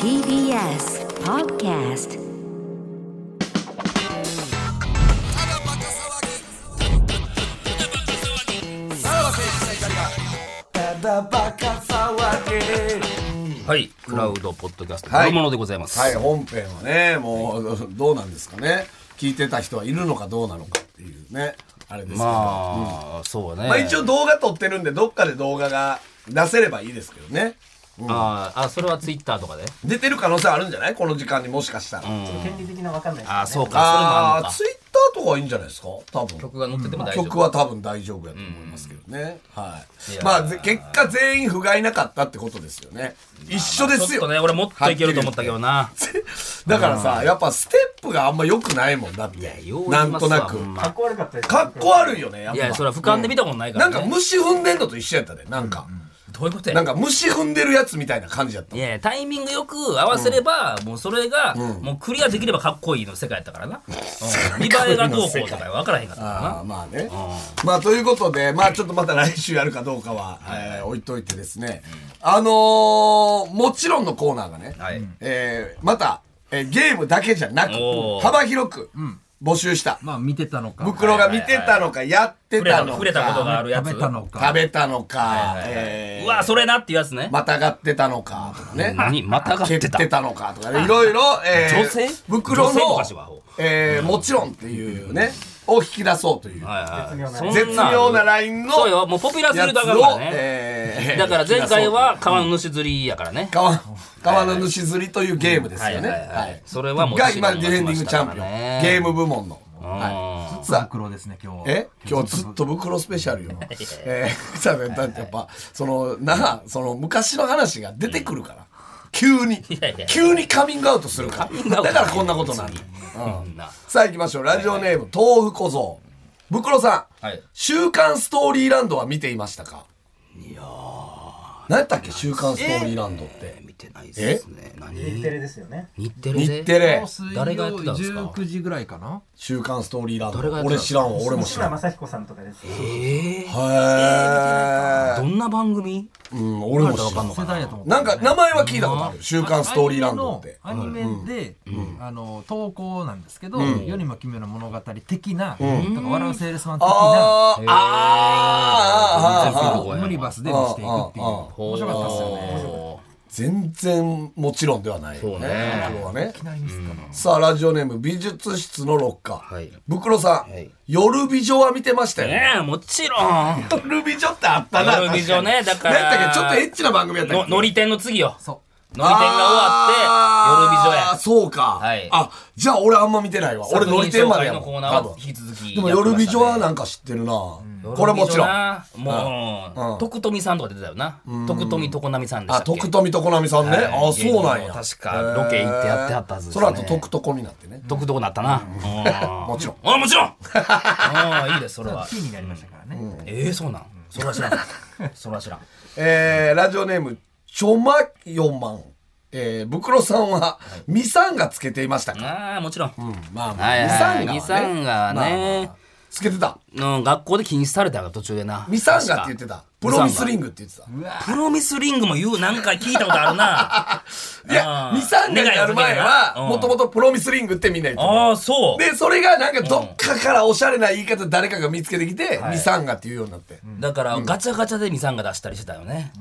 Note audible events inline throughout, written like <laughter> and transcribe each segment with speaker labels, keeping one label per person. Speaker 1: TBS Podcast
Speaker 2: はい、クラウドポッドキャスト、
Speaker 3: はい
Speaker 2: 本物でございます。
Speaker 3: はい、本編はね、もう、どうなんですかね。聞いてた人はいるのかどうなのかっていうね、あれですけど。
Speaker 2: まあ、そうね。
Speaker 3: まあ一応動画撮ってるんで、どっかで動画が出せればいいですけどね。
Speaker 2: あーあ、それはツイッターとかで。
Speaker 3: 出てる可能性あるんじゃないこの時間にもしかしたら。あ
Speaker 4: 権利的なわかんないですよね
Speaker 2: あーそうか、
Speaker 3: あー、
Speaker 2: そ
Speaker 3: ツ
Speaker 2: れも
Speaker 3: イッターとかはいいんじゃないですか多分。
Speaker 2: あるのか。曲が載ってても大丈夫。
Speaker 3: 曲は多分大丈夫やと思いますけどね。はい
Speaker 2: いやー
Speaker 3: まあ、ぜ結果全員不甲斐なかったってことですよね。一緒です
Speaker 2: ちょっ
Speaker 3: よ。
Speaker 2: とね、俺もっといけると思ったけどな。
Speaker 3: だからさ、やっぱステップがあんま良くないもんだって。
Speaker 2: よう言
Speaker 3: ないん
Speaker 2: ま
Speaker 3: と
Speaker 2: すわ
Speaker 3: なく
Speaker 2: ほ。んま
Speaker 4: かっこ悪かったです
Speaker 3: かっこ悪いよね、やっ
Speaker 2: い
Speaker 3: ぱ。
Speaker 2: や、それは俯瞰で見たことないか
Speaker 3: な
Speaker 2: ら、
Speaker 3: ん
Speaker 2: ね。
Speaker 3: か虫踏んでんのと一緒やったで、なんか。
Speaker 2: どういうことや
Speaker 3: なんか虫踏んでるやつみたいな感じやった
Speaker 2: い。やいやタイミングよく合わせれば、もうそれが、もうクリアできればかっこいいの世界やったからな、うん見栄えがどうこうとか分からへんかったから
Speaker 3: ああ
Speaker 2: な
Speaker 3: まあね、まあということでまあちょっとまた来週やるかどうかは、えー置いといてですね、あのーもちろんのコーナーがね、
Speaker 2: はい
Speaker 3: えーまた、えーゲームだけじゃなく
Speaker 2: おー
Speaker 3: 幅広く募集した、
Speaker 5: まあ見てたのか
Speaker 3: 袋が見てたのかやって
Speaker 2: 触れた
Speaker 3: たのか
Speaker 2: の触れたことがあるやつ
Speaker 5: 食べたの
Speaker 3: 食
Speaker 5: か
Speaker 3: べたのか、えー
Speaker 2: うわそれなっていうやつね、
Speaker 3: またがってたのかとかね。
Speaker 2: 何またがって
Speaker 3: 蹴
Speaker 2: た
Speaker 3: ってたのかとかねいろいろ、えー
Speaker 2: 女性
Speaker 3: 袋
Speaker 2: 女性のお
Speaker 3: の
Speaker 2: 菓子はアホ、
Speaker 3: えーもちろんっていうね、を引き出そうという、
Speaker 2: はいはいそん
Speaker 3: 絶妙なラインの
Speaker 2: そうよもうポピュラーす
Speaker 3: や
Speaker 2: る
Speaker 3: つ
Speaker 2: とあかんか
Speaker 3: を、
Speaker 2: らね、
Speaker 3: えー
Speaker 2: だから前回は川の主釣りやからね、
Speaker 3: 川川の主釣りというゲームです
Speaker 2: はい
Speaker 3: よ
Speaker 2: はい
Speaker 3: ね。
Speaker 2: はい、
Speaker 3: はい
Speaker 2: それはもう
Speaker 3: が今ディフェンディングチャンピオン、ゲー
Speaker 2: ム
Speaker 3: ム部門の。はい、さあ
Speaker 5: 袋ですね今日
Speaker 3: え今日ずっと袋スペシャ <laughs> ルよ。えー、 <laughs> さあねだってやっぱそのなあその昔の話が出てくるから、急に
Speaker 2: やいや
Speaker 3: 急にカミングアウトするか
Speaker 2: ングア
Speaker 3: ら
Speaker 2: ウト
Speaker 3: だからこんなことなんだ。
Speaker 2: うんな
Speaker 3: さあ行きましょうラジオネーム豆腐小僧袋さん、
Speaker 2: はい
Speaker 3: 週刊ストーリーランドは見ていましたかいや何やったっけ週刊ストーリーランドって
Speaker 2: 見てないっすね何
Speaker 4: 日テレですよね
Speaker 2: 日テレ
Speaker 3: 日
Speaker 2: で
Speaker 3: テレ
Speaker 2: 誰がやってたんですか
Speaker 5: 19時ぐらいかな
Speaker 3: 週刊ストーリーラン
Speaker 2: 誰が
Speaker 3: ド
Speaker 2: やってた
Speaker 3: 俺知らんわ俺も知
Speaker 4: 西
Speaker 3: ら
Speaker 4: 村
Speaker 3: んへ
Speaker 4: 正彦さんとかですよ
Speaker 2: えー
Speaker 3: え
Speaker 2: どんな番組
Speaker 3: うん俺も知らん
Speaker 5: 世代やと思う
Speaker 3: なんか名前は聞いたことある「週刊ストーリーランド」って
Speaker 5: アニメのアニメで、あの投稿なんですけど、世にも奇妙な物語的な、とか笑うセールスマン的な、
Speaker 3: あーあーあーあーあーあー
Speaker 2: ー
Speaker 5: ユニバースでしていくっていう
Speaker 3: あーあーあ
Speaker 5: 面白かったですよね
Speaker 3: 全然もちろんではないよ
Speaker 2: そう
Speaker 3: ね
Speaker 2: ね
Speaker 3: これはね
Speaker 5: いきなりミスったな
Speaker 3: さあラジオネーム美術室のロッカー、
Speaker 2: はい
Speaker 3: 袋さん、
Speaker 2: はい
Speaker 3: 夜美女は見てましたよね
Speaker 2: ねえもちろ
Speaker 3: <laughs>
Speaker 2: ん
Speaker 3: 夜美女ってあったな
Speaker 2: 夜美女ね
Speaker 3: 確
Speaker 2: だから
Speaker 3: 何やったっけちょっとエッチな番組やったっ
Speaker 2: の
Speaker 3: け
Speaker 2: のり天の次よ
Speaker 5: そ
Speaker 2: のり天が終わって夜美
Speaker 3: あ
Speaker 2: 女
Speaker 3: ー
Speaker 2: や
Speaker 3: そうか、
Speaker 2: はい
Speaker 3: あじゃあ俺あんま見てないわ俺のり天までやもん
Speaker 2: 作品紹介のコーナー
Speaker 3: 多
Speaker 2: は
Speaker 3: 分
Speaker 2: 引き続き
Speaker 3: でも
Speaker 2: やって
Speaker 3: 夜
Speaker 2: ま
Speaker 3: 美
Speaker 2: したね
Speaker 3: 女はなんか知ってるな、これもちろんあ
Speaker 2: 夜美女なもう、
Speaker 3: うん
Speaker 2: 徳富さんとか出てたよな徳富常浪さんでしたっけ
Speaker 3: 徳富常浪さんね、
Speaker 2: はい
Speaker 3: あそうなんや
Speaker 2: 確かロケ行ってやってはったはずです
Speaker 3: そ
Speaker 2: ね
Speaker 3: の後徳床になってね
Speaker 2: 徳どこなったな、うん
Speaker 3: もちろん
Speaker 2: あもちろんあーいいですそれは
Speaker 5: うキーになりましたからね、
Speaker 2: ええそうなんそれは知 <laughs> らんそれは知らん
Speaker 3: えーラジオネームちょまよまんえー、ブクロさんは、ミサンガつけていましたか、
Speaker 2: ああもちろん、
Speaker 3: うん、まあまあ、
Speaker 2: はいはい
Speaker 3: ミ
Speaker 2: ミ
Speaker 3: サ
Speaker 2: サ
Speaker 3: ン
Speaker 2: ン
Speaker 3: ガは
Speaker 2: ガ
Speaker 3: ね
Speaker 2: ね
Speaker 3: まあまあつけてた
Speaker 2: うん、学校で禁止されたから途中でな
Speaker 3: ミサンガって言ってたプロミスリン
Speaker 2: グ
Speaker 3: グって言ってた
Speaker 2: プロミスリングも言うなんか聞いたことあ
Speaker 3: <laughs>
Speaker 2: るな
Speaker 3: いや
Speaker 2: うん
Speaker 3: ミサンガになる前
Speaker 2: 願
Speaker 3: はい
Speaker 2: をかけてなうん
Speaker 3: もともとプロミスリングってみんな言って
Speaker 2: ああそう
Speaker 3: たでそれがなんかどっかからおしゃれな言い方誰かが見つけてきて、ミサンガって言うようになって、
Speaker 2: だからガチャガチャでミサンガ出したりしてたよね、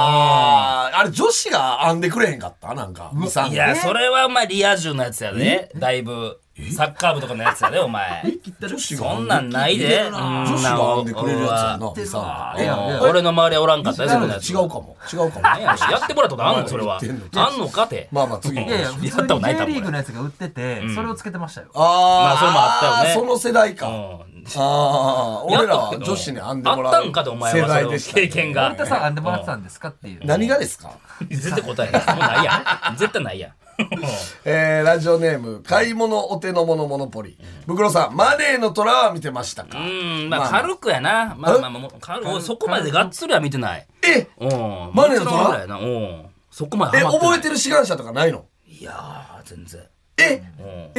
Speaker 3: あああれ女子が編んでくれへんかったなんかミサン
Speaker 2: い
Speaker 3: ガ
Speaker 2: やそれはお前リア充のやつやでだいぶサッカー部とかのやつやでお前
Speaker 3: 女子が
Speaker 2: そ
Speaker 3: 編ん
Speaker 2: ん
Speaker 3: で
Speaker 2: なんないでうん
Speaker 3: 女子
Speaker 2: な
Speaker 3: が
Speaker 2: ん
Speaker 3: 編んでくれるやつやなミサンガ
Speaker 2: うん
Speaker 3: え
Speaker 5: いや
Speaker 2: 俺の周りはおらんかったよそんなやつ
Speaker 3: 違うかも違うかも
Speaker 2: 何ややってもらったことあんのそれは
Speaker 3: 言ってんの
Speaker 2: あんのかて
Speaker 3: まあまあ次行き
Speaker 5: い
Speaker 3: ま
Speaker 5: やい
Speaker 3: し
Speaker 5: や
Speaker 3: ょう
Speaker 5: 普
Speaker 2: や
Speaker 5: 通
Speaker 2: ったこと
Speaker 5: に
Speaker 2: ない
Speaker 5: J
Speaker 2: 多分
Speaker 5: リーグのやつが売ってて、それをつけてましたよ
Speaker 3: あー
Speaker 2: まあそれもあったよね
Speaker 3: その世代か、
Speaker 2: うん
Speaker 3: ああ
Speaker 2: やっ
Speaker 3: 俺ら
Speaker 2: た
Speaker 3: は
Speaker 2: けど
Speaker 3: 女子に編んでもらう
Speaker 2: あったんかとお前は
Speaker 3: 世
Speaker 2: そ
Speaker 3: 代
Speaker 2: の
Speaker 3: でしたね
Speaker 2: 経験が
Speaker 5: 森田さん編んでもらってたんですかっていう
Speaker 3: 何がですか
Speaker 2: <laughs> 絶対答えないもうないや <laughs> ん絶対ないやん
Speaker 3: えー、ラジオネーム「買い物お手の物モノポリ」ブクロさん「マネーの虎」は見てましたか
Speaker 2: うんまあ軽くやなまあまあまあもう軽くそこまでがっつりは見てない
Speaker 3: え
Speaker 2: うん
Speaker 3: マネーの虎
Speaker 2: もちろんぐらいやなうんそこまで
Speaker 3: え
Speaker 2: ハマってない
Speaker 3: 覚えてる志願者とかないの
Speaker 2: いやー全然
Speaker 3: え
Speaker 2: う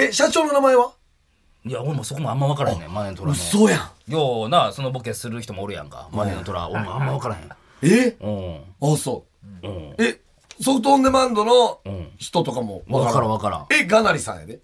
Speaker 3: え社長の名前は
Speaker 2: んいや俺もそこもあんま分からへんねんマネの虎ね
Speaker 3: 嘘やん
Speaker 2: ようなそのボケする人もおるやんかマネの虎俺もあんま分からへん
Speaker 3: え
Speaker 2: うん
Speaker 3: あそう
Speaker 2: うん
Speaker 3: えソフトオンデマンドの
Speaker 2: ん
Speaker 3: 人とかも
Speaker 2: わからんわからん
Speaker 3: えガナリさんやで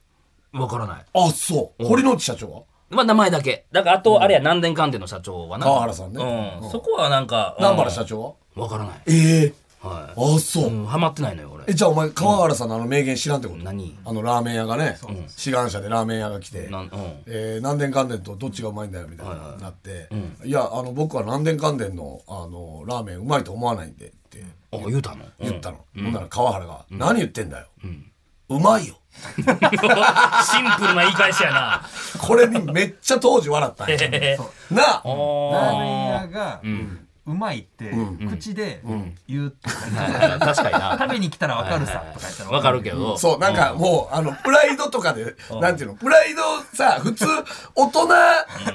Speaker 2: わからない
Speaker 3: あそう堀之内社長は
Speaker 2: まあ名前だけだからあとあれや南電鑑定の社長はな
Speaker 3: 川原さんね
Speaker 2: うんそこはなんか
Speaker 3: 南原
Speaker 2: 長
Speaker 3: 社長は
Speaker 2: わからない
Speaker 3: ええ
Speaker 2: は
Speaker 3: あそう、
Speaker 2: いうんハマってないのよ俺
Speaker 3: えじゃあお前川原さんのあの名言知らんってこと、
Speaker 2: 何
Speaker 3: あのラーメン屋がね志願者でラーメン屋が来て
Speaker 2: なんうん
Speaker 3: えー、南電関電とどっちがうまいんだよみたいになって、いやあの僕は南電関電のあのラーメンうまいと思わないんでって
Speaker 2: あ言うたの
Speaker 3: 言ったの、ほんなら川原が「何言ってんだよ、
Speaker 2: <laughs>
Speaker 3: うまいよ
Speaker 2: シンプルな言い返しやな。」
Speaker 5: <laughs>
Speaker 3: これにめっちゃ当時笑ったん
Speaker 2: <laughs>
Speaker 3: やなあ
Speaker 5: ラー
Speaker 2: あ
Speaker 5: メン屋がうまいって口で言う
Speaker 3: <laughs>
Speaker 5: とか
Speaker 2: あ、
Speaker 5: ね
Speaker 2: 確かにな。
Speaker 5: 食べに来たらわかるさとか言ったら
Speaker 2: わかるけど。
Speaker 3: そうなんかもうあのプライドとかでなんていうのプライドさ普通大人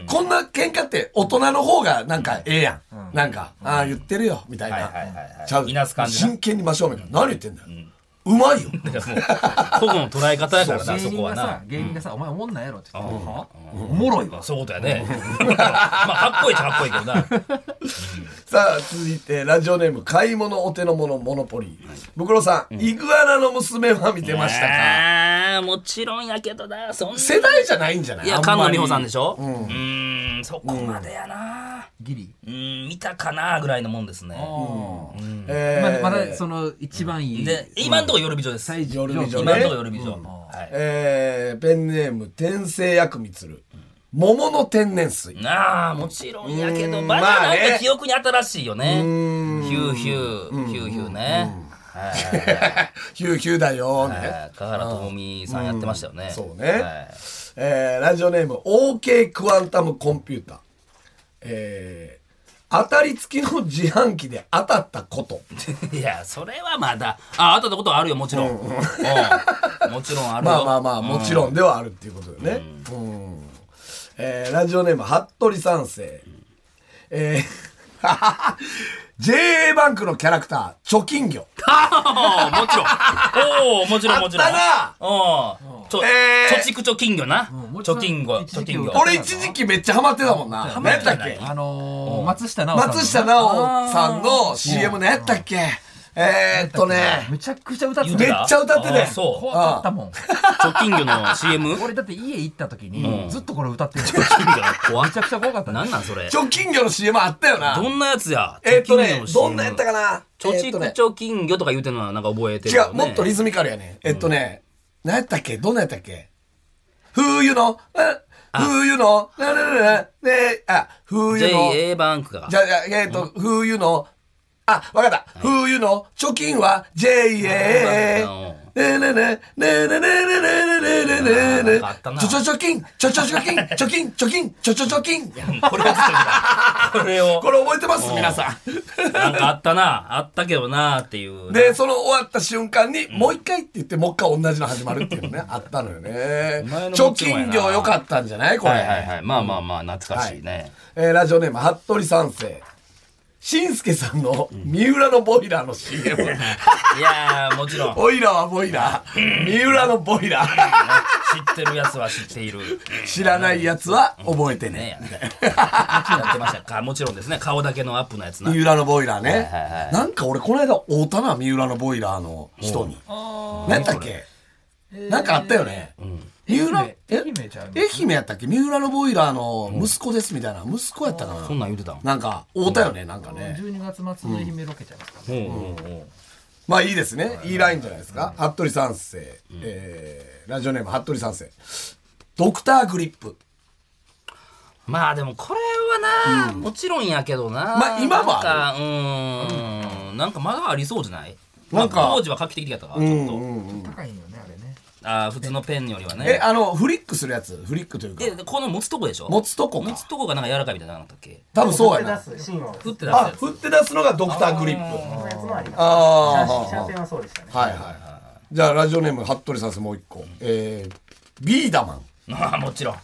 Speaker 3: こんな喧嘩って大人の方がなんかええやんなんか「ああ言ってるよ」みたい
Speaker 2: はいは
Speaker 3: ない
Speaker 2: はいはい
Speaker 3: ちゃ
Speaker 2: いなす
Speaker 3: う
Speaker 2: 感じな
Speaker 3: 真剣に真正面から「何言ってんだようまいよ」
Speaker 2: だからもう、個々の捉え方やからな、
Speaker 5: 芸
Speaker 2: そこ
Speaker 5: 人
Speaker 2: は
Speaker 5: がさ
Speaker 2: な。
Speaker 5: 芸人がさ「お前おもんないやろ」って言って「はおもろいわ」
Speaker 2: そういうことやね。まあ、かっこいいっちゃかっこいいけどな。
Speaker 3: <laughs> さあ続いてラジオネーム買い物お手の物モノポリーブクロさん、イグアナの娘は見てましたか
Speaker 2: ああ、もちろんやけどな、そんな。
Speaker 3: 世代じゃないんじゃない
Speaker 2: いや、
Speaker 3: あ
Speaker 2: 菅
Speaker 3: んま
Speaker 2: 野
Speaker 3: り
Speaker 2: 美穂さんでしょうーん、そこまでやな。
Speaker 5: ギリ
Speaker 2: うーん、見たかな、ぐらいのもんですね。
Speaker 3: え
Speaker 5: ま
Speaker 3: ー
Speaker 5: だまだその一番いい
Speaker 2: で、今んとこ夜美女です。
Speaker 5: 最
Speaker 2: 今
Speaker 5: 上
Speaker 3: 夜美
Speaker 5: 級
Speaker 3: 女
Speaker 2: ん
Speaker 3: ね
Speaker 2: とこ夜美女。はい
Speaker 3: えーペンネーム天聖薬みつる桃の天然水
Speaker 2: なあもちろんやけ
Speaker 3: う
Speaker 2: ど
Speaker 3: ん
Speaker 2: まだ
Speaker 3: まあ
Speaker 2: なん
Speaker 3: ね
Speaker 2: か記憶に新しいよね、
Speaker 3: ん
Speaker 2: ヒューヒューヒューヒューねはい
Speaker 3: <laughs> ヒューヒューだよーね、
Speaker 2: はい香原朋美さんやってましたよね
Speaker 3: そうね、
Speaker 2: はい
Speaker 3: えーラジオネーム OK クワンタムコンピューターえー当たり付きの自販機で当たったこと
Speaker 2: いやそれはまだああったことはあるよもちろん、うんもちろんあるよ
Speaker 3: まあまあまあもちろんではあるっていうことだよね、うんえーラジオネーム服部三世えー JA バンクのキャラクター貯金 <laughs> 魚
Speaker 2: ああもちろんおおもちろんもちろん
Speaker 3: あった
Speaker 2: おちょ、
Speaker 3: えー
Speaker 2: 貯蓄貯金魚な
Speaker 5: もちろ
Speaker 2: 貯
Speaker 5: ん
Speaker 2: 金魚
Speaker 5: 一
Speaker 2: 貯
Speaker 5: 時期
Speaker 2: 金魚
Speaker 5: 歌っ
Speaker 3: 俺一時期めっちゃハマってたもんな
Speaker 2: ハ
Speaker 3: 何
Speaker 2: マ
Speaker 3: や
Speaker 2: っ
Speaker 3: ってた
Speaker 2: た
Speaker 3: っけ
Speaker 5: あのー松下奈緒さん
Speaker 3: 松下奈緒さんの CM のやったっけえー、っとね
Speaker 5: めちゃくちゃ歌って
Speaker 2: 言
Speaker 5: た
Speaker 2: て
Speaker 3: めったちゃ歌ってたよ
Speaker 2: あそ
Speaker 5: 怖かったもん
Speaker 2: う貯金魚の CM 貯
Speaker 5: 俺だって家行った時
Speaker 2: うん
Speaker 5: にずっとこれ歌ってる
Speaker 2: 金魚の怖
Speaker 5: めちゃくちゃ怖かった
Speaker 2: なん
Speaker 5: ね
Speaker 2: なんそれ
Speaker 3: 貯金魚の CM あったよな
Speaker 2: どんなやつや
Speaker 3: えー、っとね
Speaker 2: 貯金魚の
Speaker 3: ど
Speaker 2: CM
Speaker 3: んなやったかな
Speaker 2: 貯
Speaker 3: えーっと
Speaker 2: 蓄
Speaker 3: ね
Speaker 2: 貯金魚とか言うてんのはなんか覚えてる
Speaker 3: 違
Speaker 2: よ
Speaker 3: う、もっとリズミカルやね。えっとね、何やったっけどんなんやったっけ冬の、え冬の、ななななで、あ、冬の、
Speaker 2: JA バンクが
Speaker 3: じゃあ、じゃあえっと、冬の、あ、わかった。冬の貯金は JA
Speaker 2: うん。
Speaker 3: ねねねねねねねねねねね
Speaker 2: なん
Speaker 3: ね
Speaker 2: かあったな
Speaker 3: ちょちょ貯金ちょちょ貯金貯金貯金ちょちょ貯金
Speaker 2: これをずっと見た <laughs> これを
Speaker 3: これ覚えてます皆さん
Speaker 2: なんかあったなあったけどなっていう
Speaker 3: でその終わった瞬間に、もう一回って言ってもう一回同じの始まるっていうのねあったのよね
Speaker 2: お前の
Speaker 3: 貯
Speaker 2: 持ちもや
Speaker 3: 金
Speaker 2: な
Speaker 3: 量良かったんじゃないこれ、
Speaker 2: はいはいはいまあまあまあ懐かしいね
Speaker 3: えーラジオネーム服部三世しんすけさんの三浦のボイラーの CM、
Speaker 2: <laughs> いやーもちろん知
Speaker 3: ボイラーはボイラー三浦のボイラー
Speaker 2: ってるやつは知っている
Speaker 3: 知らないやつは覚えてね
Speaker 2: ね
Speaker 3: <laughs>
Speaker 2: やねもちろんやってましたかもちろんですね顔だけのアップのやつな
Speaker 3: 三浦のボイラーね、
Speaker 2: はいはい
Speaker 3: なんか俺この間会うたな三浦のボイラーの人に何だっけなんかあったよね、三浦
Speaker 5: 愛媛
Speaker 3: え
Speaker 5: 愛媛ちゃうの
Speaker 3: 愛媛やったっけ三浦のボイラーの息子ですみたいな息子やったかな、
Speaker 2: そんなん言うてたん
Speaker 3: なんか会うたよねなんかね
Speaker 5: 12月末の愛媛ロケちゃいますか
Speaker 2: うんうんうん
Speaker 3: まあいいですねいいラインじゃないですか服部三世、えーラジオネーム服部三世ドクターグリップ
Speaker 2: まあでもこれはな、もちろんやけどな
Speaker 3: まあ今も
Speaker 2: な
Speaker 3: あ
Speaker 2: んかうーんなんかまだありそうじゃない
Speaker 3: なんか
Speaker 2: まあ当時は画期的だったからちょっと、
Speaker 5: 高いんよねあれね
Speaker 2: あー普通のペンよりはね
Speaker 3: えあのフリックするやつフリックというか
Speaker 2: えこの持つとこでしょ
Speaker 3: 持つとこ
Speaker 2: 持
Speaker 3: か
Speaker 2: つとこがなんか柔らかいみたいなのなかったっけ
Speaker 3: 多分そうやな
Speaker 4: 振って出すシーンを。
Speaker 2: 振って出す
Speaker 3: あ
Speaker 2: やつ
Speaker 3: 振って出すのがドクターグリップ
Speaker 4: そのやつもあります。
Speaker 3: あー
Speaker 4: シャーペンはそうでしたね。
Speaker 3: はいはいはい。じゃあラジオネーム服部さんですもう一個。えー、ビーダマン。
Speaker 2: <laughs> あーもちろん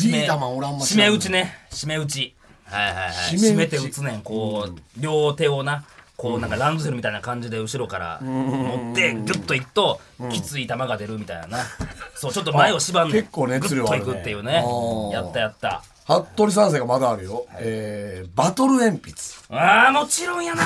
Speaker 3: ビーダマンおらんま
Speaker 2: 締め打ち。ね締め打ちはいはいはい
Speaker 3: 締め打ち
Speaker 2: 締めて打つねんこう、両手をなこうなんかランドセルみたいな感じで後ろから持ってグッといくときつい球が出るみたいななそうちょっと前を縛んで
Speaker 3: 結構熱量
Speaker 2: グ
Speaker 3: あ
Speaker 2: ッ
Speaker 3: るね
Speaker 2: といくっていうね
Speaker 3: あー
Speaker 2: やったやった
Speaker 3: 服部三世がまだあるよ。えー、バトル鉛筆。
Speaker 2: ああもちろん
Speaker 3: <laughs>
Speaker 2: やな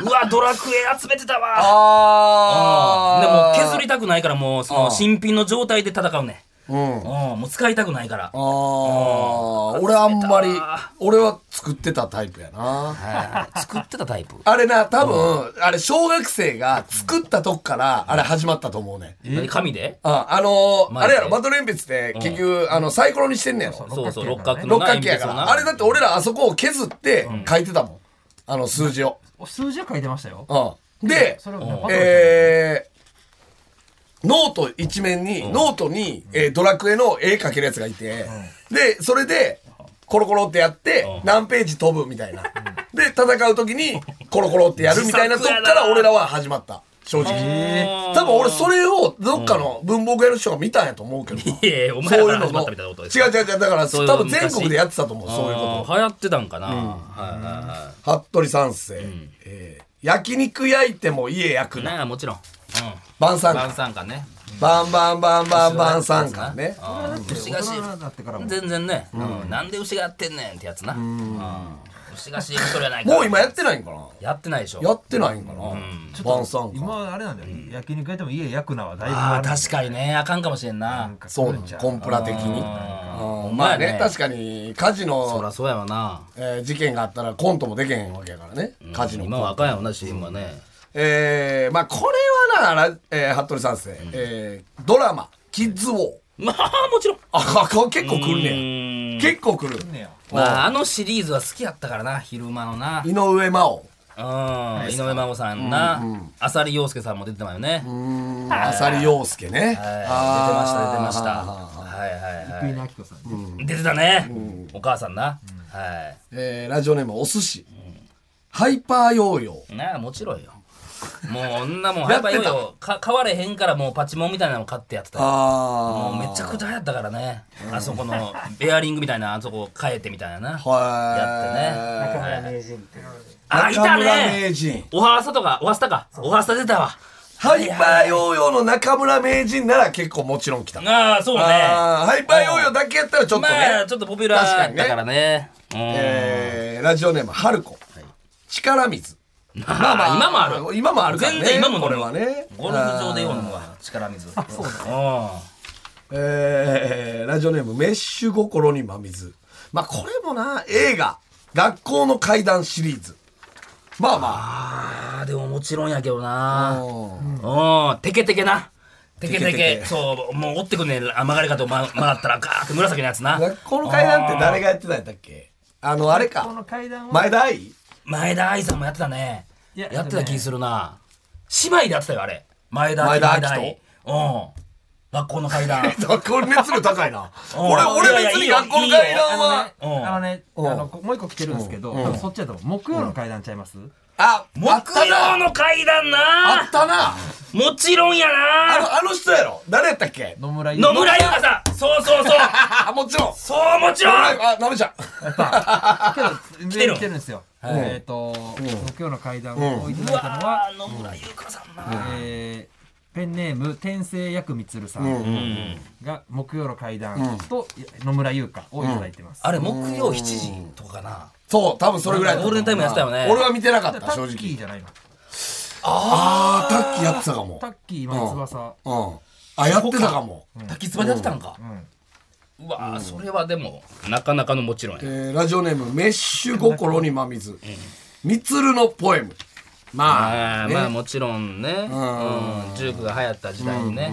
Speaker 2: うわドラクエ集めてたわ
Speaker 3: あ
Speaker 2: でも削りたくないからもうその新品の状態で戦うね
Speaker 3: うん。
Speaker 2: うんもう使いたくないから
Speaker 3: ああ、俺あんまり、俺は作ってたタイプやな。
Speaker 2: はい作ってたタイプ
Speaker 3: あれな、多分、あれ小学生が作ったとこから、あれ始まったと思うね。
Speaker 2: 何紙で
Speaker 3: あ、あのー、
Speaker 2: マジ
Speaker 3: あ
Speaker 2: で
Speaker 3: れやろ、バトル鉛筆って結局、あの、サイコロにしてんねやろ。
Speaker 2: そうそう六角の
Speaker 3: 六
Speaker 2: な
Speaker 3: 角形やか
Speaker 2: 鉛筆を
Speaker 3: ら。
Speaker 2: な
Speaker 3: あれだって俺らあそこを削って書いてたもん。あの数字を。
Speaker 5: 数字は書いてましたよ
Speaker 3: うん。で、
Speaker 5: それをねバトル
Speaker 3: えーノート一面に、ノートに、えードラクエの絵描けるやつがいて、で、それで、コロコロってやって、何ページ飛ぶみたいな。で、戦う時に、コロコロってやるみたいなと
Speaker 2: 自
Speaker 3: こ
Speaker 2: 作や
Speaker 3: か
Speaker 2: な
Speaker 3: ら俺らは始まった。正直。多分俺それをどっかの文房具屋の人が見たんやと思うけどな。
Speaker 2: いやいやお前
Speaker 3: そう
Speaker 2: ら
Speaker 3: い
Speaker 2: か
Speaker 3: う
Speaker 2: ら
Speaker 3: の
Speaker 2: 始ま
Speaker 3: の。違
Speaker 2: ったみたいなことでしょ
Speaker 3: う違う違う。だから
Speaker 2: そういう
Speaker 3: 多分全
Speaker 2: 昔
Speaker 3: 国でやってたと思う。そういうことを。
Speaker 2: あー流行ってたんかな、はいはいは
Speaker 3: 服部三世、えー焼肉焼いても家焼く
Speaker 2: い
Speaker 3: な
Speaker 2: ねえもちろん、うん、
Speaker 3: 晩餐
Speaker 2: 晩
Speaker 3: 館
Speaker 2: 餐館ね
Speaker 3: バンバンバンバン晩餐館ね
Speaker 2: うん牛
Speaker 5: 大
Speaker 2: 菓子
Speaker 5: 人になってからも
Speaker 2: 全然ね、うんなんで牛がやってんねんってやつな、うん、牛が CM 取れないから
Speaker 3: もう今やってないんかな
Speaker 2: やってないでしょ
Speaker 3: やってないんかな、晩餐館
Speaker 5: 今はあれなんだよ、焼肉やっても家焼くなはだいぶ
Speaker 2: あ
Speaker 5: あ
Speaker 2: あ確かにねあかんかもしれんな、
Speaker 5: に
Speaker 3: そうなんコンプラ的に
Speaker 2: あ
Speaker 3: うんま
Speaker 2: ー
Speaker 3: あ
Speaker 2: ほんまや
Speaker 3: ね
Speaker 2: ね
Speaker 3: 確かにカジ
Speaker 2: そり
Speaker 3: ノ
Speaker 2: ゃ、そうやわな、
Speaker 3: えー事件があったらコントもできへんわけやからね、カジノ
Speaker 2: 今はあかんやろな CM はね、
Speaker 3: えー、まあこれはな、らえー、服部三世、えードラマ「キッズウォー
Speaker 2: まあもちろん」
Speaker 3: あか結構来るねや
Speaker 2: ね
Speaker 3: 結構来る
Speaker 2: まああのシリーズは好きやったからな昼間のな
Speaker 3: 井上真央
Speaker 2: うん井上真央さんな浅利陽介さんも出てたよね
Speaker 3: あさり陽介ね。出て
Speaker 2: はい出てました出てましたはいはい
Speaker 5: 福井
Speaker 2: は
Speaker 5: の明子さんに、
Speaker 2: い出てたねお母さんなは
Speaker 3: えーラジオネームお寿司。ハイパーヨーヨ
Speaker 2: いなあもちろんよもう女もん
Speaker 3: やっ
Speaker 2: や
Speaker 3: た
Speaker 2: ってぱよよか買われへんからもうパチモンみたいなの買ってやってた
Speaker 3: ー。
Speaker 2: よ
Speaker 3: あ
Speaker 2: もうめちゃくちゃ流行ったからねあそこのベアリングみたいなあそこ変えてみたいなな
Speaker 3: は
Speaker 4: 中村名人っていうので
Speaker 2: あいた
Speaker 3: 中村名
Speaker 2: ね
Speaker 3: 人。
Speaker 2: おはさとかおはスタかおはスタ出たわ
Speaker 3: ハイパーヨーヨーの中村名人なら結構もちろん来た。
Speaker 2: ああそうね
Speaker 3: あーハイパーヨーヨーだけやったらちょっとね。
Speaker 2: まあちょっとポピュラ
Speaker 3: 確か
Speaker 2: ー
Speaker 3: にね
Speaker 2: だからねうん
Speaker 3: えーラジオネーム春子。力水。
Speaker 2: まあ今もある
Speaker 3: 今もあるからね。
Speaker 2: 全然今も飲む
Speaker 3: これはね。
Speaker 2: ゴルフ場で読むわ力水そうだ
Speaker 3: えーラジオネームメッシュ心に真水まあこれもな映画「学校の怪談」シリーズまあま
Speaker 2: あーでももちろんやけど
Speaker 3: あ
Speaker 2: な
Speaker 3: うん
Speaker 2: うんテケテケなテケテ
Speaker 3: テケテ
Speaker 2: ケ
Speaker 3: ケ
Speaker 2: そうもう折ってくんねん曲がり方をま曲がったらガーって紫のやつな
Speaker 3: 学校の怪談って誰がやってたんやったっけあのあれ
Speaker 5: この
Speaker 3: か
Speaker 5: 階段は
Speaker 3: 前田愛
Speaker 2: 前田愛さんもやってたね
Speaker 5: いや
Speaker 2: やってた気するな姉妹でやってたよあれ前田
Speaker 3: 前
Speaker 2: 愛
Speaker 3: 田
Speaker 2: 前
Speaker 3: 愛
Speaker 2: 田愛うん学校の階段
Speaker 3: これ熱量高いな
Speaker 2: <laughs> うん
Speaker 3: 俺俺
Speaker 2: いやいや
Speaker 3: 別に
Speaker 2: いいよ
Speaker 3: 学校の怪談は
Speaker 5: あのね、あのねあのこもう一個来てるんですけど、多分そっちやと思う木曜の階段ちゃいます、
Speaker 3: あ
Speaker 2: 木
Speaker 3: あった
Speaker 2: 曜
Speaker 3: な
Speaker 2: の階段
Speaker 3: あっ
Speaker 2: な
Speaker 3: たな
Speaker 2: もちろんや
Speaker 3: あ
Speaker 2: な
Speaker 3: のあの人やろ誰やったっけ
Speaker 5: 野村優
Speaker 2: 野村優香さんそうそうそう
Speaker 3: あ <laughs> もちろん
Speaker 2: そうもちろん
Speaker 3: あなめちゃん
Speaker 5: けど全
Speaker 2: てる
Speaker 5: 然 <laughs> 来てるんですよ、えっ、と、木曜の階段を置いて
Speaker 2: う
Speaker 5: いただいたのは、
Speaker 2: わー野村優香さんな
Speaker 5: えーペンネーム天聖薬光さん、
Speaker 2: うん
Speaker 5: が木曜の階段と野村優香をいただいてます。
Speaker 2: あれ木曜7時とかかな
Speaker 3: そう多分それぐらいだと思う
Speaker 2: ゴールデンタイムやってたよね
Speaker 3: 俺は見てなかっ
Speaker 5: だ
Speaker 3: た
Speaker 5: からタ
Speaker 3: 正
Speaker 5: ッキ
Speaker 3: 直
Speaker 5: ーじゃないの。
Speaker 3: ああタッキーやってたかも
Speaker 5: タッキー今井翼。
Speaker 3: うんあやってたかも
Speaker 2: 滝つばでやってたんかうわーそれはでもなかなかのもちろんや
Speaker 3: えーラジオネームメッシュ心にまみずみつるのポエムまあ
Speaker 2: あー
Speaker 3: ね
Speaker 2: まあもちろんねうんジュークが流行った時代にね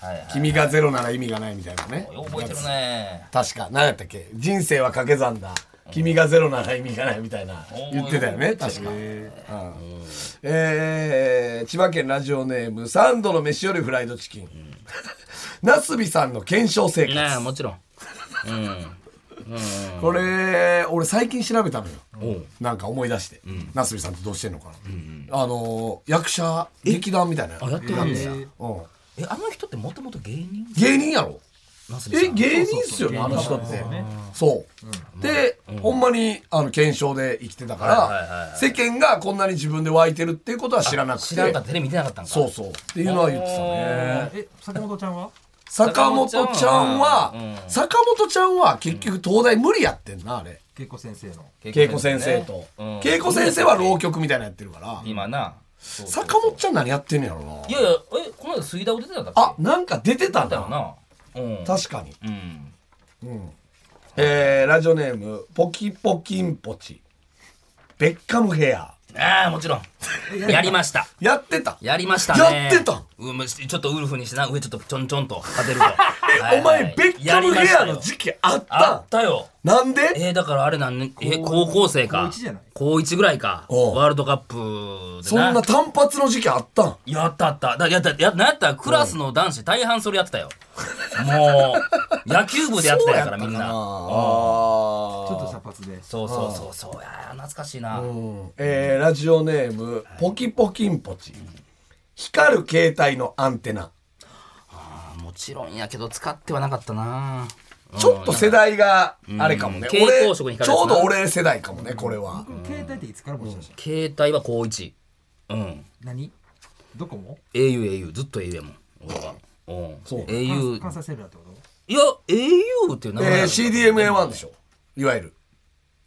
Speaker 2: はいはい
Speaker 3: 君がゼロなら意味がないみたいなね
Speaker 2: 覚えてるね
Speaker 3: 確か何やったっけ人生は掛け算だ君がゼロなら意味がないみたいな言ってたよね確かうんえー千葉県ラジオネームサンドの飯よりフライドチキ <laughs> ンなすびさんの検証生活
Speaker 2: ねえもちろん
Speaker 3: これ俺最近調べたのよ
Speaker 2: おう
Speaker 3: なんか思い出して、なすびさんってどうしてんのかな、あのー役者劇団みたいなやつ
Speaker 2: あやってはんねや
Speaker 3: うん
Speaker 2: えあの人ってもともと芸人
Speaker 3: 芸人やろ
Speaker 2: なすびさ
Speaker 3: え
Speaker 2: ん
Speaker 3: 芸人っすよねあの人ってそうでほんまにあの検証で生きてた
Speaker 2: はいはいはい
Speaker 3: か
Speaker 2: は
Speaker 3: ら世間がこんなに自分で湧いてるっていうことは知らなくて
Speaker 2: 知らんかったテレビ見てなかったんか
Speaker 3: そうそうっていうのは言ってたね
Speaker 5: え坂本ちゃんは？ <laughs>
Speaker 3: 坂本ちゃんは、
Speaker 2: うん
Speaker 3: 坂本ちゃんは結局東大無理やってんなあれ
Speaker 5: 恵子先生の
Speaker 3: 恵子先生と
Speaker 2: うん
Speaker 3: 恵子先生は浪曲みたいなのやってるから
Speaker 2: 今なそうそう
Speaker 3: 坂本ちゃん何やってんのやろない
Speaker 2: やいやえこの間水田を出てたんだっけ
Speaker 3: あなんか出てたん
Speaker 2: だ
Speaker 3: だ
Speaker 2: よなうん
Speaker 3: 確かに、
Speaker 2: うん
Speaker 3: えーラジオネームポキポキンポチベッカムヘア
Speaker 2: ああもちろん <laughs> やりました
Speaker 3: やってた
Speaker 2: やりましたね
Speaker 3: やってたん
Speaker 2: うんむしちょっとウルフにしてな上ちょっとちょんちょんと立てるとはいは
Speaker 3: <laughs>
Speaker 2: い
Speaker 3: お前ベッカムヘアの
Speaker 2: やりましたよ
Speaker 3: 時期あった
Speaker 2: あったよ
Speaker 3: なんで
Speaker 2: えー、だからあれなんね、え高校生か
Speaker 5: 高一じゃない
Speaker 2: 高一ぐらいか
Speaker 3: おう
Speaker 2: ワールドカップで
Speaker 3: そんな単発の時期あったん
Speaker 2: やったあっただやったやなんやったらクラスの男子大半それやってたよもう野球部でやってたやからみんな
Speaker 5: ちょっと
Speaker 3: あ
Speaker 5: 茶髪で
Speaker 2: そうそうそうそういやー懐かしいな、
Speaker 3: ーうんえーラジオネームポキポキンポチ光る携帯のアンテナ
Speaker 2: もちろんやけど使ってはなかったな
Speaker 3: ちょっと世代があれかもね
Speaker 2: うん蛍
Speaker 3: 俺ち
Speaker 2: 光色に光るやつ
Speaker 3: ょう
Speaker 2: な
Speaker 3: ど俺世代かもねこれは
Speaker 5: 僕携帯っていつから持ち出した
Speaker 2: 携帯は高一うん
Speaker 5: 何どこも
Speaker 2: auau ずっと au やもん俺はうん
Speaker 3: そう
Speaker 2: au
Speaker 5: 関西セルラーってこと
Speaker 2: いや au っていう名前
Speaker 3: えー、CDMA1 でしょいわゆる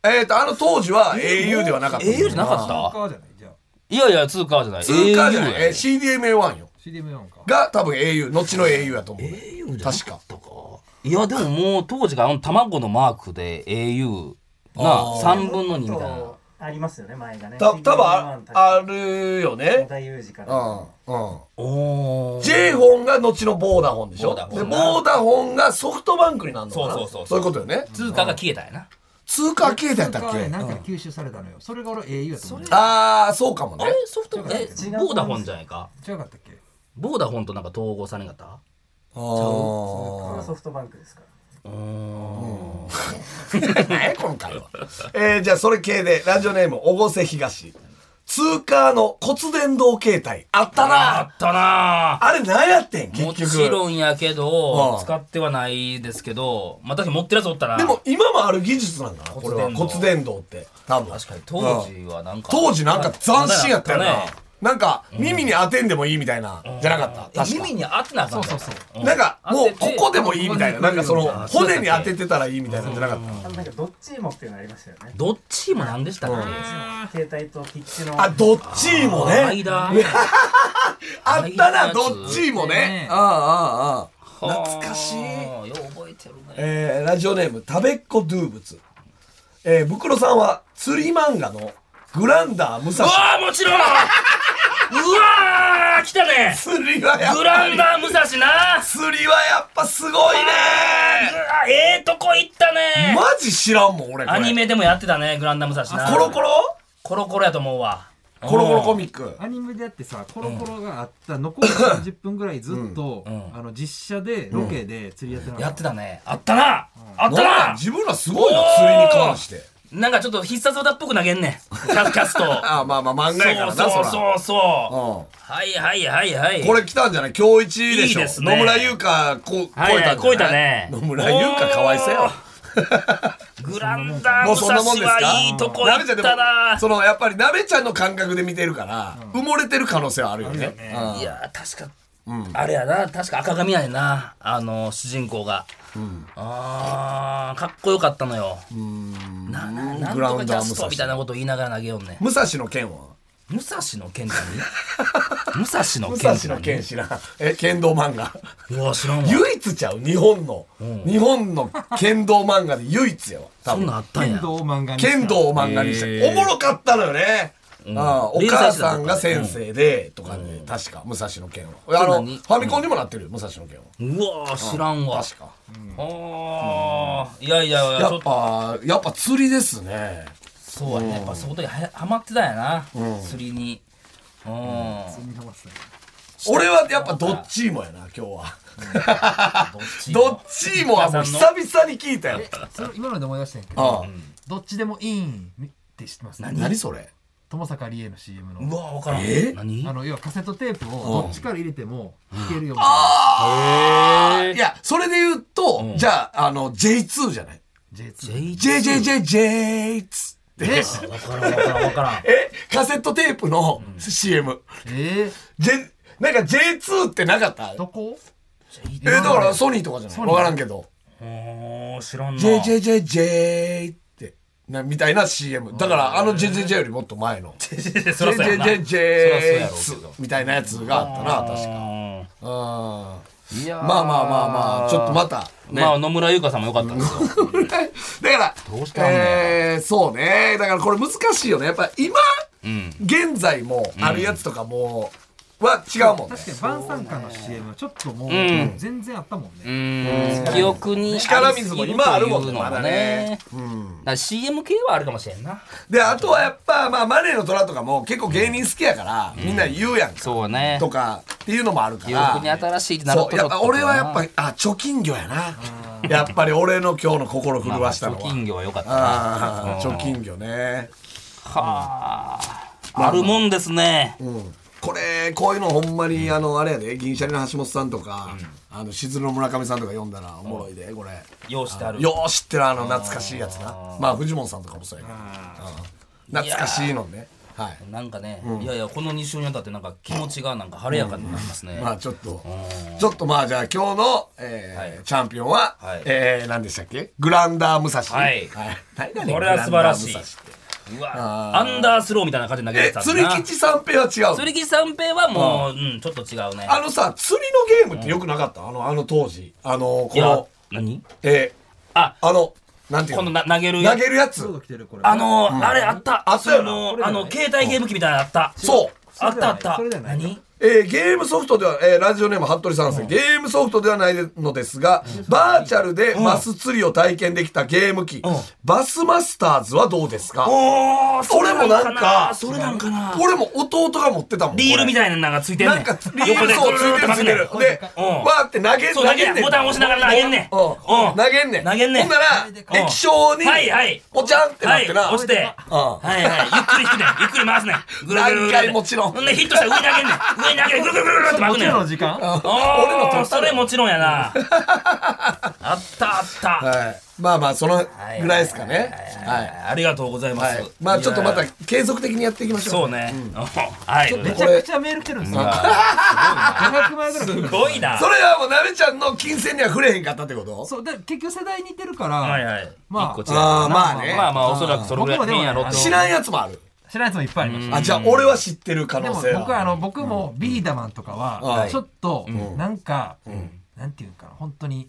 Speaker 3: えっ、とあの当時は au ではなかった
Speaker 2: au じゃなかった
Speaker 5: 他はじゃないじゃあ
Speaker 2: いやいや通貨じゃない
Speaker 3: 通貨じゃない、
Speaker 2: au
Speaker 3: えー CDMA1 よ
Speaker 5: CDM4 か
Speaker 3: が多分 au 後の au やと思う、確か
Speaker 2: いやでももう当時があの卵のマークで au な3分の2みたいな
Speaker 4: ありますよね、前がね。
Speaker 3: た多分ああ
Speaker 4: る。
Speaker 3: るよ
Speaker 4: 小
Speaker 3: ね
Speaker 4: 田裕二か
Speaker 3: う
Speaker 4: ら。
Speaker 3: んうん
Speaker 2: おー
Speaker 3: J ホンが後のボーダホンでしょ
Speaker 2: ボーダホン
Speaker 3: でボーダホンがソフトバンクになるのかな
Speaker 2: そうそうそう
Speaker 3: そういうことよね
Speaker 2: 通貨が消えたんやな
Speaker 3: 通貨形態やったっ
Speaker 5: 僕
Speaker 3: け、
Speaker 5: はねなんか吸収されたのよそれが俺 au やと思う
Speaker 3: ああそうかもね
Speaker 2: あれソフトえ
Speaker 4: 違う
Speaker 2: ボーダフォンじゃないか
Speaker 5: 違うかったっけ
Speaker 2: ボーダフォンとなんか統合されなか
Speaker 3: あー
Speaker 4: これはソフトバンクですから。
Speaker 2: ったうーん
Speaker 3: 何や今回は。えー、じゃあそれ系で、ラジオネーム、お越せ東。通貨の骨伝導形態、あった
Speaker 2: あ
Speaker 3: な
Speaker 2: ったなあ
Speaker 3: あれ何やってん結
Speaker 2: も
Speaker 3: 局。
Speaker 2: ちろんやけど、
Speaker 3: うん
Speaker 2: 使ってはないですけど、まあ、確かに持ってるやつおったら
Speaker 3: でも今もある技術なんだな、これは。
Speaker 2: 骨伝導
Speaker 3: 骨伝導って。多分。
Speaker 2: 確かに当時はなんか、
Speaker 3: 当時なんか斬新やったよ
Speaker 2: あ
Speaker 3: な
Speaker 2: ね。
Speaker 3: なんか耳に当てんでもいいみたいな、じゃなかった。
Speaker 2: え
Speaker 3: 確か
Speaker 2: 耳に当てなあかん
Speaker 5: そうそう
Speaker 2: そ
Speaker 3: なんかもうここ
Speaker 2: で
Speaker 3: でもいいみたいな、なんかその骨に当ててたらいいみたいなんじゃなかった。
Speaker 4: あのなんかどっちもっていうのありましたよね。
Speaker 2: どっちもなんでしたっけ
Speaker 4: 携帯とピッチの。
Speaker 3: あ、どっちもね。
Speaker 2: 間
Speaker 3: あったな、どっちもね
Speaker 5: ね。
Speaker 3: ああ、ああ、ああ。
Speaker 2: 懐
Speaker 3: かしい
Speaker 2: よう覚えてるね
Speaker 3: えーラジオネーム、たべっこ動物。えー、ブクロさんは釣り漫画のグランダー武
Speaker 2: う
Speaker 3: 蔵。
Speaker 2: わーもちろんうわー来たね
Speaker 3: 釣りはやっ
Speaker 2: グラ
Speaker 3: ぱ
Speaker 2: ンダー武蔵な
Speaker 3: 釣りはやっぱすごいね
Speaker 2: うわええとこ行ったね
Speaker 3: マジ知らんもん、俺これ。
Speaker 2: アニメでもやってたねグランダー武蔵な
Speaker 3: コロコロ
Speaker 2: コロコロやと思うわ
Speaker 3: コロコロコミック。
Speaker 5: アニメであってさコロコロがあった残り30分ぐらいずっと、
Speaker 2: ん
Speaker 5: あの実写でロケで釣りやってなか
Speaker 2: や
Speaker 5: っ
Speaker 2: ってたねあったなあ
Speaker 3: な
Speaker 2: った
Speaker 3: んか
Speaker 2: な
Speaker 3: 自分らすごいな、釣りに関して。
Speaker 2: なんかちょっと必殺技っぽく投げんねんキャキャスト
Speaker 3: <laughs> ああ、まあまあ漫画やからな、
Speaker 2: そう
Speaker 3: そ
Speaker 2: そうそう
Speaker 3: ら。うん
Speaker 2: はいはいはいはい
Speaker 3: これ来たんじゃない今日一でしょ
Speaker 2: いいですね
Speaker 3: 野村優香こ、
Speaker 2: はいはい
Speaker 3: 超えたんじゃない
Speaker 2: 超えたね
Speaker 3: 野村優香かわいそうやわ
Speaker 2: グランダー
Speaker 3: もう
Speaker 2: 武
Speaker 3: そん
Speaker 2: 蔵
Speaker 3: なもんですか
Speaker 2: はいいとこ行
Speaker 3: なべちゃ
Speaker 2: っ
Speaker 3: んで
Speaker 2: たな
Speaker 3: もそのやっぱりなべちゃんの感覚で見てるから、埋もれてる可能性はあるよねうん
Speaker 2: いやー確か、あれやな確か赤髪やねんなあの主人公が、あーかっこよかったのよなななん
Speaker 3: グラ
Speaker 2: と
Speaker 3: ウ
Speaker 2: か
Speaker 3: ン
Speaker 2: キ
Speaker 3: ダー
Speaker 2: ャストみたいなこと言いながら投げようね
Speaker 3: 武蔵の剣は
Speaker 2: 武蔵の剣って
Speaker 3: <laughs>
Speaker 2: 何武蔵の
Speaker 3: 武蔵
Speaker 2: 剣って
Speaker 3: の
Speaker 2: 何
Speaker 3: 剣知らんえ剣道漫画
Speaker 2: うわ知らんわ
Speaker 3: <laughs> 唯一ちゃう日本の、日本の剣道漫画で唯一やわ多
Speaker 2: そん
Speaker 3: 分
Speaker 2: なんあったたん
Speaker 5: 剣
Speaker 2: や
Speaker 5: 道を漫画にした
Speaker 3: 剣道を漫画にした、
Speaker 2: へー
Speaker 3: おもろかったのよね、ああお
Speaker 2: 連
Speaker 3: 母
Speaker 2: 載して
Speaker 3: さ
Speaker 2: た
Speaker 3: ん
Speaker 2: の
Speaker 3: が
Speaker 2: か
Speaker 3: 先生でとかね、確か武蔵の剣はあの
Speaker 2: そんな
Speaker 3: フ
Speaker 2: に
Speaker 3: ァミコンにもなってるよ武蔵の剣は
Speaker 2: うわー知らんわ
Speaker 3: 確か
Speaker 2: あーいやいやいや
Speaker 3: や
Speaker 2: ちょ
Speaker 3: っ
Speaker 2: っと
Speaker 3: ぱやっぱ釣りですね
Speaker 2: そうやねやっぱそこではハマってたんやな、釣りにうん、
Speaker 3: 俺はやっぱどっちもやな今日は
Speaker 2: どっちも
Speaker 3: どっちもはもう久々に聞いたよ。
Speaker 5: それ今ので思い出したんやけ
Speaker 3: あ
Speaker 5: ど
Speaker 3: あ
Speaker 5: どっちでもいいんって知ってます
Speaker 3: 何それ
Speaker 5: 友坂理恵の CM の
Speaker 2: うわ分からん
Speaker 3: え
Speaker 2: 何
Speaker 5: あの要はカセットテープをどっちから入れても弾けるよみたいな
Speaker 3: いや、それで言うと、じゃあ、あの、J2 じゃない
Speaker 5: J2
Speaker 3: ?JJJJ2 って。
Speaker 2: JJ わからんわからんわからん。
Speaker 3: えカセットテープの CM。
Speaker 5: えー
Speaker 3: J、なんか J2 ってなかった
Speaker 5: どこ
Speaker 3: えだからソニーとかじゃないわからんけど
Speaker 2: おー知らんな
Speaker 3: JJJJ ってなみたいな CM だからあの JJJ よりもっと前の
Speaker 2: そらそうやなそらそうや
Speaker 3: JJJJ
Speaker 2: ろうけど
Speaker 3: みたいなやつがあったな確か
Speaker 2: うん
Speaker 3: あ
Speaker 5: いやー
Speaker 3: まあまあまあまあちょっとまたね
Speaker 2: まあ野村優香さんも良かったんですよ
Speaker 3: <laughs> だから
Speaker 2: どうしたんだよ
Speaker 3: えーそうねだからこれ難しいよねやっぱ今
Speaker 2: うん
Speaker 3: 現在もあるやつとかもは違うもんね
Speaker 5: 確かに晩餐館の CM はちょっともう
Speaker 2: うん
Speaker 5: 全然あったもんね、
Speaker 2: うーん記憶にありすぎ
Speaker 3: 力水も今あるもんね
Speaker 2: というの
Speaker 3: まだね
Speaker 2: だから CM 系はあるかもしれんな
Speaker 3: であとはやっぱまあマネーの虎とかも結構芸人好きやからみんな言うやんか
Speaker 2: そうね
Speaker 3: とかっていうのもあるか
Speaker 2: 記
Speaker 3: ら
Speaker 2: 憶に新しいってなる
Speaker 3: そ
Speaker 2: と
Speaker 3: うやっぱ俺はやっ
Speaker 2: ちょ
Speaker 3: ぱ
Speaker 2: と
Speaker 3: あ貯金魚やなやっぱり俺の今日の心
Speaker 2: な
Speaker 3: 震わしたの
Speaker 2: まあ
Speaker 3: は
Speaker 2: 貯金魚は良かったな
Speaker 3: ああ
Speaker 2: うん
Speaker 3: 貯金魚ね
Speaker 2: はああるもんですね
Speaker 3: これこういうのほんまにあのあれやで銀シャリの橋本さんとか、あのしずるの村上さんとか読んだらおもろいでこれ
Speaker 2: ようしてある
Speaker 3: よう知ってるあの懐かしいやつなまあフジモンさんとかもそうやけどうん懐かしいのねはい
Speaker 2: なんかねいやいやこの2週にあたってなんか気持ちがなんか晴れやかになりますね
Speaker 3: まあちょっとちょっとまあじゃあ今日の、えー
Speaker 2: はい
Speaker 3: チャンピオンは、
Speaker 2: はい
Speaker 3: えー何でしたっけグランダー武蔵
Speaker 2: はい
Speaker 3: 何やねん
Speaker 2: これは素晴らしい
Speaker 3: グランダー武蔵って
Speaker 2: うわアンダースローみたいな感じで投げ
Speaker 3: え
Speaker 2: てたんだ
Speaker 3: 釣り
Speaker 2: な
Speaker 3: 吉三平は違う
Speaker 2: 釣り吉三平はもううんちょっと違うね
Speaker 3: あのさ釣りのゲームってよくなかった、あのあの当時あのこ
Speaker 2: いや
Speaker 3: の
Speaker 2: 何
Speaker 3: え
Speaker 2: あ
Speaker 3: ーあのなんていう
Speaker 2: こ
Speaker 3: の
Speaker 2: のな投げるや
Speaker 3: 投
Speaker 2: つ
Speaker 3: げるやつ
Speaker 5: そうだ来てるこれ
Speaker 2: あのーあれあった
Speaker 3: あったよな
Speaker 2: のあの携帯ゲーム機みたいなのあった
Speaker 3: そう
Speaker 2: あったあった
Speaker 5: それじゃない
Speaker 2: 何
Speaker 3: えーゲームソフトでは、えーラジオネーム服部さんです、ゲームソフトではないのですが、バーチャルでマス釣りを体験できたゲーム機、バスマスターズはどうですか、
Speaker 2: おーそれ
Speaker 3: 俺もなんか
Speaker 2: それなんかな
Speaker 3: 俺も弟が持ってたもん
Speaker 2: リールみ
Speaker 3: い
Speaker 2: たいなのがついてんねん
Speaker 3: なんかリー
Speaker 2: 横
Speaker 3: ル
Speaker 2: で
Speaker 3: そうつ
Speaker 2: ぐー
Speaker 3: い
Speaker 2: って
Speaker 3: るつい
Speaker 2: 巻く
Speaker 3: て
Speaker 2: ねん
Speaker 3: るで
Speaker 2: うん
Speaker 3: わーって投げ
Speaker 2: そう
Speaker 3: 投
Speaker 2: 投
Speaker 3: げ
Speaker 2: げ
Speaker 3: んねん
Speaker 2: ボタン押しながら投げんねん
Speaker 3: う
Speaker 2: うん
Speaker 3: 投げんねん
Speaker 2: 投げんねん
Speaker 3: ほんな
Speaker 5: うん
Speaker 3: ら液晶に
Speaker 2: はいはい
Speaker 3: ポチャンってな
Speaker 2: は
Speaker 3: っ
Speaker 2: い
Speaker 3: てな、
Speaker 2: 押して
Speaker 3: うん
Speaker 2: はいはいゆっくり引くねんゆっくり回すねんぐるぐるぐるぐ
Speaker 3: 何
Speaker 2: る
Speaker 3: 回もちろん
Speaker 2: ほんでヒットしたら上に投げんねん上に投げてぐるぐるぐるぐるって巻
Speaker 5: も
Speaker 2: く
Speaker 5: ち
Speaker 2: ねん
Speaker 5: ろん時間
Speaker 2: あ
Speaker 3: 俺の取ったの
Speaker 2: それもちろんやなあったあった、
Speaker 3: はい、まあまあそのぐらいですかね
Speaker 2: は
Speaker 3: はいい、
Speaker 2: ありがとうございま
Speaker 3: は
Speaker 2: す、
Speaker 3: い、まあちょっとま
Speaker 2: い
Speaker 3: た
Speaker 2: や
Speaker 3: 継続的にやっていきましょう
Speaker 2: そうね、うんはい
Speaker 5: めちゃくちゃメール来てるんですよ500枚ぐらい来てる
Speaker 2: すごいな
Speaker 3: それはもうなべちゃんの金銭には触れへんかったってこと
Speaker 5: そうで結局世代似てるから、
Speaker 2: はいはい
Speaker 5: ま
Speaker 2: 一
Speaker 5: あ
Speaker 2: 個違うからな
Speaker 3: あーまあね
Speaker 2: まあまあおそらくそれぐらい
Speaker 5: 僕もでも
Speaker 2: 変やろと
Speaker 3: 知らんやつもある
Speaker 5: 知らないやつもいっぱいありました
Speaker 3: あじゃあ俺は知ってる可
Speaker 5: で
Speaker 3: 能
Speaker 5: も
Speaker 3: 性
Speaker 5: 僕は
Speaker 3: は
Speaker 5: あの僕もビーダマンとか
Speaker 3: は
Speaker 5: はいちょっとなんかなんていうかな本当に
Speaker 3: ん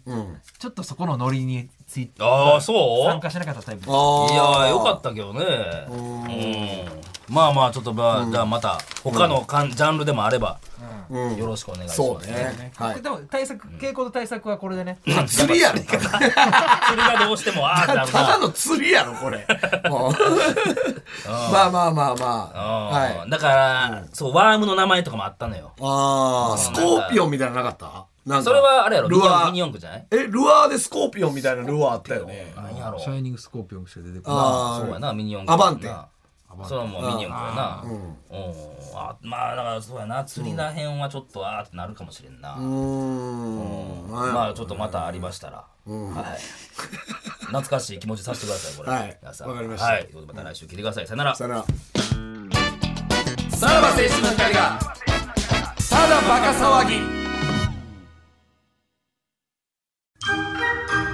Speaker 5: ちょっとそこのノリについて
Speaker 2: ああそう
Speaker 5: 参加しなかったタイプです
Speaker 2: いやーよかったたけどねうんまあまあちょっとまあじゃあまた他のかんジャンルでもあれば
Speaker 3: うん
Speaker 2: よろしくお願いします
Speaker 3: そうねは
Speaker 5: でも対策傾向と対策はこれでね
Speaker 3: い釣りやろ
Speaker 2: それがどうしてもああって
Speaker 3: た
Speaker 2: なるな
Speaker 3: だの釣りやろこ
Speaker 2: <laughs>
Speaker 3: れもうまあまあまあまあは
Speaker 2: う
Speaker 3: い
Speaker 2: んだからそうワームの名前とかもあったのよ
Speaker 3: あースコーピオンみたいなのなかったなんか
Speaker 2: それはあれやろ
Speaker 3: ルア
Speaker 2: ミニ
Speaker 3: ー
Speaker 2: 四駆じゃない
Speaker 3: えルアーでスコーピオンみたいなルアーあったよね
Speaker 2: 何やろ
Speaker 5: シャイニングスコーピオンしか出てこな
Speaker 3: あ
Speaker 2: そうや
Speaker 3: あ
Speaker 2: なミニ四
Speaker 3: ア
Speaker 2: 駆
Speaker 3: バンテ
Speaker 2: なそれはもうミニ四駆やなうんあまあだからそうやな釣りらへんはちょっとああってなるかもしれんな
Speaker 3: うーん
Speaker 2: まあちょっとまたありましたら、はい、懐かしい気持ちさせてくださいこれ
Speaker 3: はい
Speaker 2: 皆さん
Speaker 3: わかりました
Speaker 2: はい、ということでまた来週聞いてくださいさよなら
Speaker 3: さよなら
Speaker 2: さらば青春の光が
Speaker 3: ただバカ騒ぎ